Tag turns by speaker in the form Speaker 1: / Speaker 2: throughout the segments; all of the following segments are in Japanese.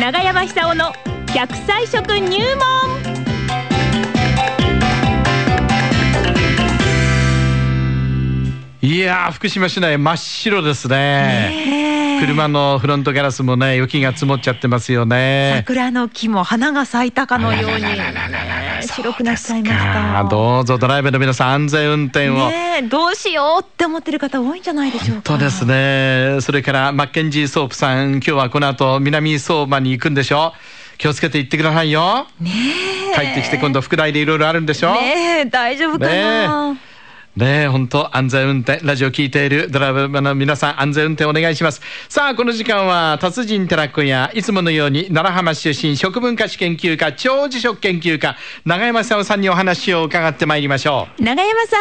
Speaker 1: 長山久夫の百歳食入門
Speaker 2: いやー福島市内真っ白ですね車のフロントガラスもね雪が積もっちゃってますよね
Speaker 3: 桜の木も花が咲いたかのように
Speaker 2: あらららららら
Speaker 3: 白くなっちゃいました
Speaker 2: あーどうぞドライブの皆さん安全運転を、
Speaker 3: ねえどうしようって思ってる方多いんじゃないでしょうか
Speaker 2: そうですね。それから、マッケンジー・ソープさん、今日はこの後、南相馬に行くんでしょ気をつけて行ってくださいよ。帰ってきて今度、副題でいろいろあるんでしょね
Speaker 3: ねえ大丈夫かな、
Speaker 2: ねえ、本当安全運転。ラジオ聞いているドライバーの皆さん、安全運転お願いします。さあ、この時間は、達人寺子屋、いつものように、奈良浜市出身、食文化史研究家、長寿食研究家、長山さんさんにお話を伺ってまいりましょう。
Speaker 1: 長山さ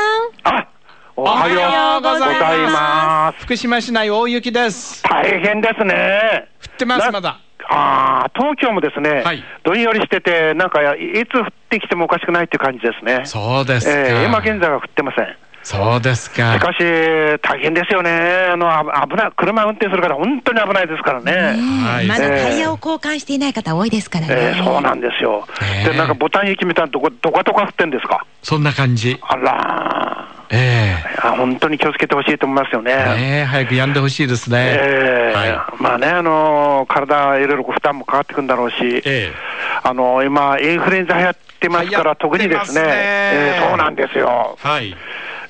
Speaker 1: ん
Speaker 4: あお
Speaker 2: は
Speaker 4: は
Speaker 2: よ
Speaker 4: よ
Speaker 2: う
Speaker 4: う
Speaker 2: ご
Speaker 4: ご
Speaker 2: ざ
Speaker 4: ざ
Speaker 2: い
Speaker 4: い
Speaker 2: ます
Speaker 4: ます。
Speaker 2: 福島市内、大雪です。
Speaker 4: 大変ですね。
Speaker 2: 降ってます、
Speaker 4: な
Speaker 2: まだ。
Speaker 4: ああ、東京もですね、
Speaker 2: はい
Speaker 4: どんよりしてて、なんかいいつ降ってきてもおかしくないっていう感じですね。
Speaker 2: そうですか。
Speaker 4: えー今現在は降ってません。し
Speaker 2: そうですか。
Speaker 4: かし、大変ですよね。あの、あ危ない、車運転するから本当に危ないですからね。
Speaker 2: はい
Speaker 3: まだタイヤを交換していない方多いですからね、
Speaker 4: えーそうなんですよ。
Speaker 2: えー
Speaker 4: で、なんかボタン雪みたいなとこ、どかどか降ってんですか。
Speaker 2: そんな感じ。
Speaker 4: あら
Speaker 2: ええ
Speaker 4: ーあ本当に気をつけてほしいと思いますよね。
Speaker 2: ねえ早くやんでほしいですね。
Speaker 4: ええ
Speaker 2: は
Speaker 4: まあね、あの体、いろいろご負担もかかってくるんだろうし、
Speaker 2: ええ
Speaker 4: あの今、インフルエンザ流行ってますか
Speaker 2: 流行っ
Speaker 4: ら、
Speaker 2: て
Speaker 4: 特にですね、
Speaker 2: ますね
Speaker 4: ええそうなんですよ。
Speaker 2: い。はい。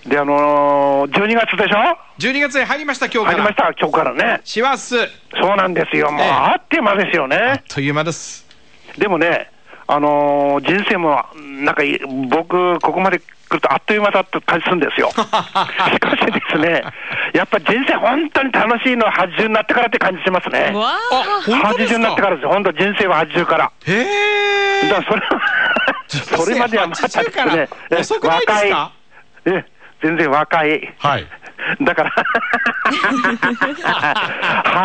Speaker 4: で、あの12月でしょ、
Speaker 2: 12月に入りました、今日
Speaker 4: 入
Speaker 2: か
Speaker 4: りまし
Speaker 2: ら。
Speaker 4: た、今日からね、
Speaker 2: 師走。
Speaker 4: そうなんですよ、もう、
Speaker 2: ええ
Speaker 4: あっという間ですよ
Speaker 2: あっ
Speaker 4: ね、
Speaker 2: という間です。
Speaker 4: でもね、あの人生もなんかい、僕、ここまで来ると、あっという間だって感じするんで すよ。しかしですね、やっぱり人生、本当に楽しいのは80になってからって感じしますね。
Speaker 3: わ
Speaker 2: あ、本当です
Speaker 4: 80
Speaker 2: か。
Speaker 4: になってからですよ、本当、人生は80から。
Speaker 2: へえ
Speaker 4: だからそれはそれまではまだ
Speaker 2: 80から
Speaker 4: え
Speaker 2: 遅くないですか
Speaker 4: 若いえ全然若い。
Speaker 2: はい。
Speaker 4: だから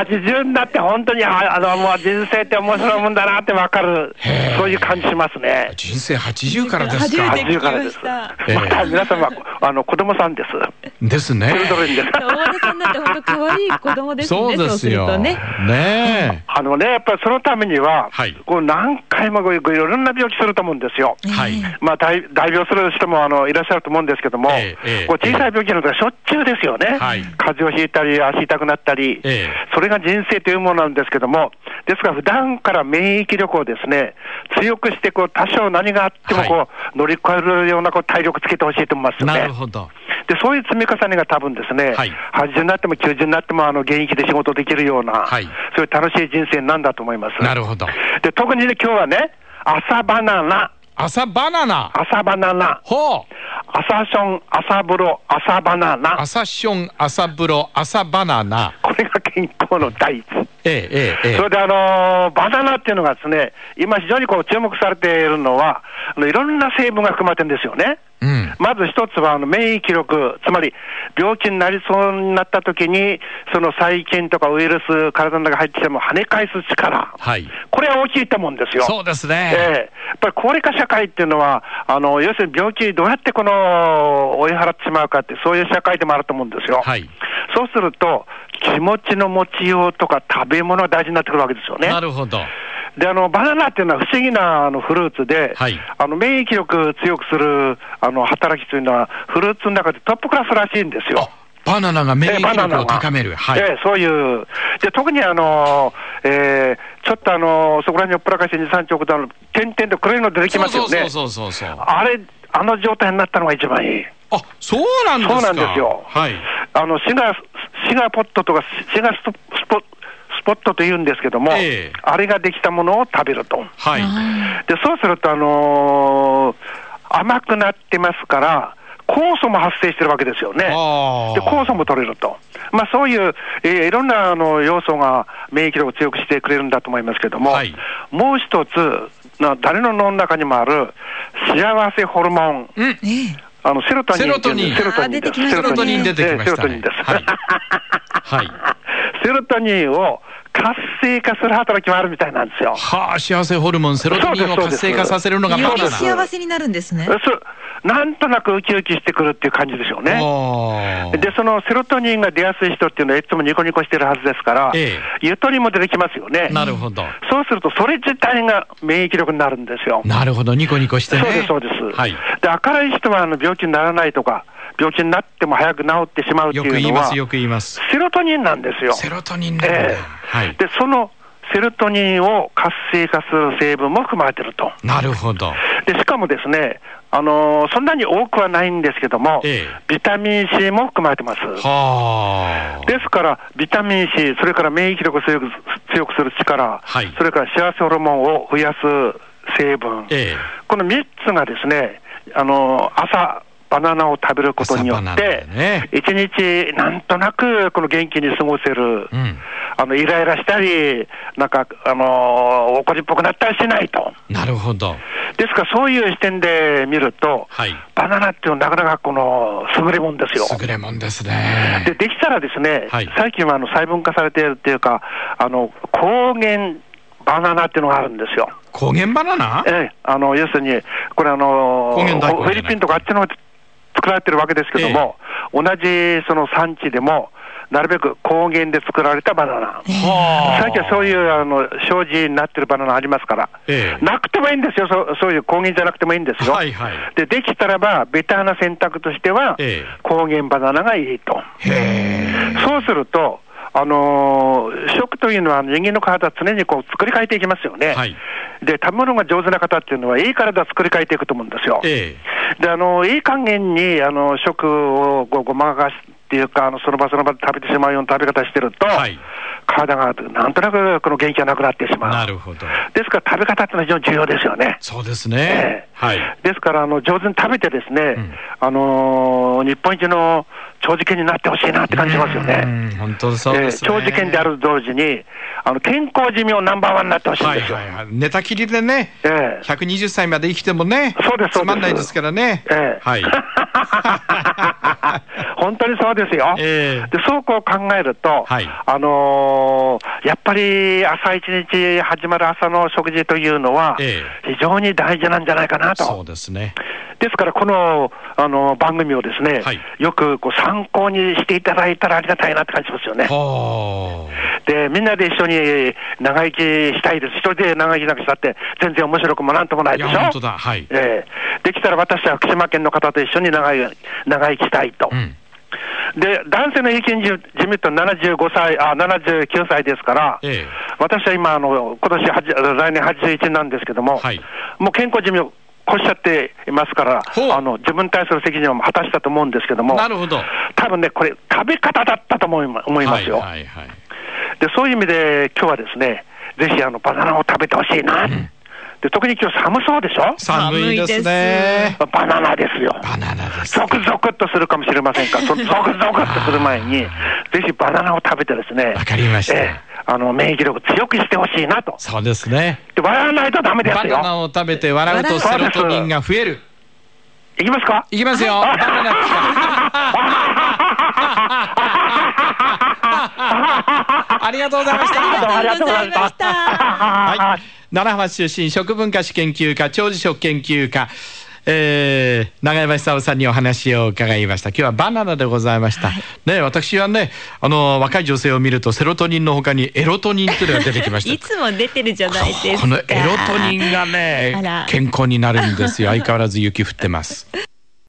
Speaker 4: 80になって本当にああのもう人生って面白いもんだなって分かる
Speaker 2: へえ
Speaker 4: そういう感じしますね
Speaker 2: 人生80からですか。
Speaker 3: 初めて
Speaker 4: 80からです
Speaker 3: 聞きま
Speaker 2: した
Speaker 4: また皆様あの子供さんです
Speaker 2: ですね
Speaker 4: そ。れぞれにです
Speaker 3: 大和さんなんて本当可愛い子供ですね
Speaker 2: そうですよ。
Speaker 3: そうすると
Speaker 2: ね
Speaker 3: ね
Speaker 2: え。
Speaker 4: あのねやっぱりそのためには、
Speaker 2: はい
Speaker 4: こう何回もこういろんな病気すると思うんですよ
Speaker 2: はい。
Speaker 4: まあ、大大病する人もあのいらっしゃると思うんですけども、
Speaker 2: ええええ
Speaker 4: こう小さい病気のとかしょっちゅうですよね、
Speaker 2: はい
Speaker 4: 風邪をひいたり、足痛くなったり、
Speaker 2: ええ
Speaker 4: それが人生というものなんですけども、ですから、普段から免疫力をですね強くしてこう、多少何があってもこう、
Speaker 2: は
Speaker 4: 乗り越えるようなこう体力つけてほしいと思いますよ
Speaker 2: な
Speaker 4: ね
Speaker 2: る。ほど。
Speaker 4: でそういう積み重ねが多分ですね、
Speaker 2: はい
Speaker 4: 80になっても90になってもあの現役で仕事できるような、
Speaker 2: はい
Speaker 4: そういう楽しい人生なんだと思います。
Speaker 2: なるほど。
Speaker 4: で特にね今日はね、朝バナナ、
Speaker 2: 朝バナナ。
Speaker 4: 朝バナナ、
Speaker 2: ほう。
Speaker 4: 朝ション、朝風呂、朝バナナ、
Speaker 2: 朝ション、朝風呂、朝バナナ。
Speaker 4: これが健康の第一。
Speaker 2: えええええ
Speaker 4: それであのーバナナっていうのがですね、今非常にこう注目されているのは、あのいろんな成分が含まれてるんですよね。
Speaker 2: え。うん。
Speaker 4: まず一つはあの免疫力、つまり病気になりそうになった時に、その細菌とかウイルス、体の中に入ってきても跳ね返す力、
Speaker 2: はい。
Speaker 4: これは大きいと思うんですよ。
Speaker 2: そうですね。
Speaker 4: ええやっぱり高齢化社会っていうのは、あの要するに病気、どうやってこの追い払ってしまうかって、そういう社会でもあると思うんですよ。
Speaker 2: はい
Speaker 4: そうすると、気持ちの持ちようとか食べ物が大事になってくるわけですよね。
Speaker 2: なるほど。
Speaker 4: であのバナナっていうのは不思議なあのフルーツで、
Speaker 2: はい
Speaker 4: あの免疫力強くするあの働きというのは、フルーツの中でトップクラスらしいんですよ。
Speaker 2: バナナが免
Speaker 4: えーバ
Speaker 2: 疫
Speaker 4: ナ
Speaker 2: 力
Speaker 4: ナ
Speaker 2: を
Speaker 4: は
Speaker 2: 高める。はい。
Speaker 4: えーそういう、で特にあのー、えーちょっとあのーそこら辺におっぽらかして2、3丁くだの、点々と黒いの出てき
Speaker 2: そ
Speaker 4: ま
Speaker 2: う
Speaker 4: すよ
Speaker 2: そ
Speaker 4: ね。
Speaker 2: うそうそうそうそう。あ、
Speaker 4: あれ、あの状態になったのが一番いい。
Speaker 2: そうなんですか。
Speaker 4: そうなんですよ。
Speaker 2: はい。
Speaker 4: あの、シガ、シガポットとか、シガスポスポスポットと言うんですけども、
Speaker 2: ええ
Speaker 4: あれができたものを食べると。
Speaker 2: はい。
Speaker 4: で、そうすると、あのー甘くなってますから、酵素も発生してるわけですよね。
Speaker 2: あ
Speaker 4: で、酵素も取れると。まあ、そういう、えーいろんなあの要素が免疫力を強くしてくれるんだと思いますけども、
Speaker 2: はい
Speaker 4: もう一つ、な誰の脳の中にもある幸せホルモン。
Speaker 2: うん。
Speaker 3: ええ
Speaker 4: あのセロトニンっていう。
Speaker 2: セ
Speaker 4: セ
Speaker 3: ロトニン
Speaker 4: ロトニンです。
Speaker 3: あー出てきましたね
Speaker 2: セロトニン出てきましたね
Speaker 4: ええセロトニンです。
Speaker 2: はいはい。
Speaker 4: セロトニンを活性化する働きもあるみたいなんですよ。
Speaker 2: はあ、幸せホルモン、セロトニンを活性化させるのが
Speaker 3: よ
Speaker 2: バナ
Speaker 3: り
Speaker 2: ナ。
Speaker 3: 幸せになるんですね。
Speaker 4: そうなんとなくウキウキしてくるっていう感じでしょうね。
Speaker 2: あー
Speaker 4: で、そのセロトニンが出やすい人っていうのは、いつもニコニコしてるはずですから、
Speaker 2: え
Speaker 4: ゆとりも出てきますよね。
Speaker 2: なるほど。
Speaker 4: そうすると、それ自体が免疫力になるんですよ。
Speaker 2: なるほど、ニコニコしてね。
Speaker 4: そうです、そうです。
Speaker 2: はい。
Speaker 4: で、明るい人はあの病気にならないとか、病気になっても早く治ってしまうって
Speaker 2: よく言
Speaker 4: い
Speaker 2: い
Speaker 4: うの
Speaker 2: ま
Speaker 4: は
Speaker 2: す、、よく言います。
Speaker 4: セロトニンなんですよ。
Speaker 2: セロトニンなんだ。
Speaker 4: ええ
Speaker 2: はい。
Speaker 4: で、そのセロトニンを活性化する成分も含まれてると。
Speaker 2: なるほど。
Speaker 4: でしかもですね、あのーそんなに多くはないんですけども、
Speaker 2: え
Speaker 4: ビタミン C も含まれてます。
Speaker 2: はあ。
Speaker 4: ですから、ビタミン C、それから免疫力を強く強くする力、
Speaker 2: はい
Speaker 4: それから幸せホルモンを増やす成分、
Speaker 2: ええ
Speaker 4: この3つがですね、あのー朝、バナナを食べることによ
Speaker 2: 朝バナナ
Speaker 4: っ
Speaker 2: だよ
Speaker 4: て、
Speaker 2: ね
Speaker 4: 一日なんとなくこの元気に過ごせる、
Speaker 2: うん。
Speaker 4: あのイライラしたり、なんか、あのー怒りっぽくなったりしないと。
Speaker 2: なるほど。
Speaker 4: ですから、そういう視点で見ると、
Speaker 2: はい。
Speaker 4: バナナっていうのはなかなかこの優れもんですよ。
Speaker 2: 優れもんですね。
Speaker 4: でできたらですね、
Speaker 2: はい
Speaker 4: 最近はあの細分化されているっていうか、あの抗原バナナっていうのがあるんですよ。
Speaker 2: 高原バナナ
Speaker 4: ええ、あの要するに、これあの
Speaker 2: 抗原大根じゃない
Speaker 4: フィリピンとかあっちの方で作られてるわけですけども、同じその産地でも、なるべく抗原で作られたバナナ。
Speaker 2: は。
Speaker 4: 最近はそういううあの障子になってるバナナありますから、
Speaker 2: ええ
Speaker 4: なくてもいいんですよ、そうそういう抗原じゃなくてもいいんですよ。
Speaker 2: はいはい
Speaker 4: でできたらば、ベターな選択としては、
Speaker 2: ええ
Speaker 4: 抗原バナナがいいと。
Speaker 2: へえ。
Speaker 4: そうすると、あのー食というのは人間の体は常にこう作り変えていきますよね。
Speaker 2: はい
Speaker 4: で、食べ物が上手な方っていうのは、いい体を作り変えていくと思うんですよ。
Speaker 2: え
Speaker 4: で、あのいい加減に、あの食をごごまかしっていうか、あのその場その場で食べてしまうような食べ方してると、
Speaker 2: はい
Speaker 4: 体がなんとなくこの元気がなくなってし
Speaker 2: え。
Speaker 4: まう。
Speaker 2: なるほど。
Speaker 4: ですから、食べ方ってのは非常に重要ですよね。
Speaker 2: そうです
Speaker 4: え
Speaker 2: ね
Speaker 4: え。
Speaker 2: はい。
Speaker 4: ですから、あの上手に食べてですね、
Speaker 2: ん
Speaker 4: あのー日本一の長寿県になってほしいなって感じますよね。
Speaker 2: うん。本当そうですね。
Speaker 4: 長寿県であると同時に、あの健康寿命ナンバーワンになってほしいん
Speaker 2: はい
Speaker 4: ですよ。
Speaker 2: はいはい。寝たきりでね、
Speaker 4: ええ
Speaker 2: 120歳まで生きてもね、
Speaker 4: そうですそうです
Speaker 2: つまんないですからね。
Speaker 4: ええ
Speaker 2: はい。
Speaker 4: 本当にそうですよ。
Speaker 2: ええ
Speaker 4: で、そうこう考えると、
Speaker 2: はい
Speaker 4: あのーやっぱり朝一日始まる朝の食事というのは、
Speaker 2: え
Speaker 4: 非常に大事なんじゃないかな
Speaker 2: そう
Speaker 4: と。
Speaker 2: ですね。
Speaker 4: ですから、この、あの番組をですね、
Speaker 2: はい
Speaker 4: よくこう参考にしていただいたらありがたいなって感じますよね。
Speaker 2: は
Speaker 4: で、みんなで一緒に長生きしたいです。一人で長生きなんかしたって、全然面白くもなんともな
Speaker 2: あ。
Speaker 4: い
Speaker 2: い
Speaker 4: でし
Speaker 2: や、
Speaker 4: ょ。
Speaker 2: 本当だ。はい。
Speaker 4: ええできたら私は福島県の方と一緒に長い長生きしたいと、
Speaker 2: うん。
Speaker 4: で男性の平均寿寿命と75歳あ、79歳ですから、
Speaker 2: ええ。
Speaker 4: 私は今あの、今年はじ来年81なんですけども、
Speaker 2: はい
Speaker 4: もう健康寿命、越しちゃっていますから
Speaker 2: ほう
Speaker 4: あの、自分に対する責任を果たしたと思うんですけども、
Speaker 2: なるほど。
Speaker 4: 多分ね、これ、食べ方だったと思いま思いますよ、
Speaker 2: はいはいはい。
Speaker 4: で、そういう意味で、今日はですね、ぜひあのバナナを食べてほしいな、で、特に今日寒そうでしょ、
Speaker 2: 寒いですね。
Speaker 4: バナナですよ。
Speaker 2: バナナです
Speaker 4: ゾ。クゾクっとするかもしれません から、そのゾクゾクっとする前に、ぜひバナナを食べてですね、
Speaker 2: わかりました
Speaker 4: ええあの免疫力強くしてほしいなと。
Speaker 2: そうですね。
Speaker 4: で笑わないとダメで
Speaker 2: バ
Speaker 4: す
Speaker 2: ナ
Speaker 4: よ。
Speaker 2: ナを食べて笑うとセロトニンが増える。
Speaker 4: いきますか
Speaker 2: いきますよ。バナナ ありがとうございました。
Speaker 4: どうもありがとうございました。
Speaker 2: はい、奈良浜市出身食文化史研究家長寿食研究家えー、永山久夫さんにお話を伺いました今日はバナナでございました、ね私はねあの若い女性を見るとセロトニンのほかにエロトニンっていうのが出てきました
Speaker 1: いつも出てるじゃないですか
Speaker 2: このエロトニンがね
Speaker 1: あら
Speaker 2: 健康になるんですよ相変わらず雪降ってます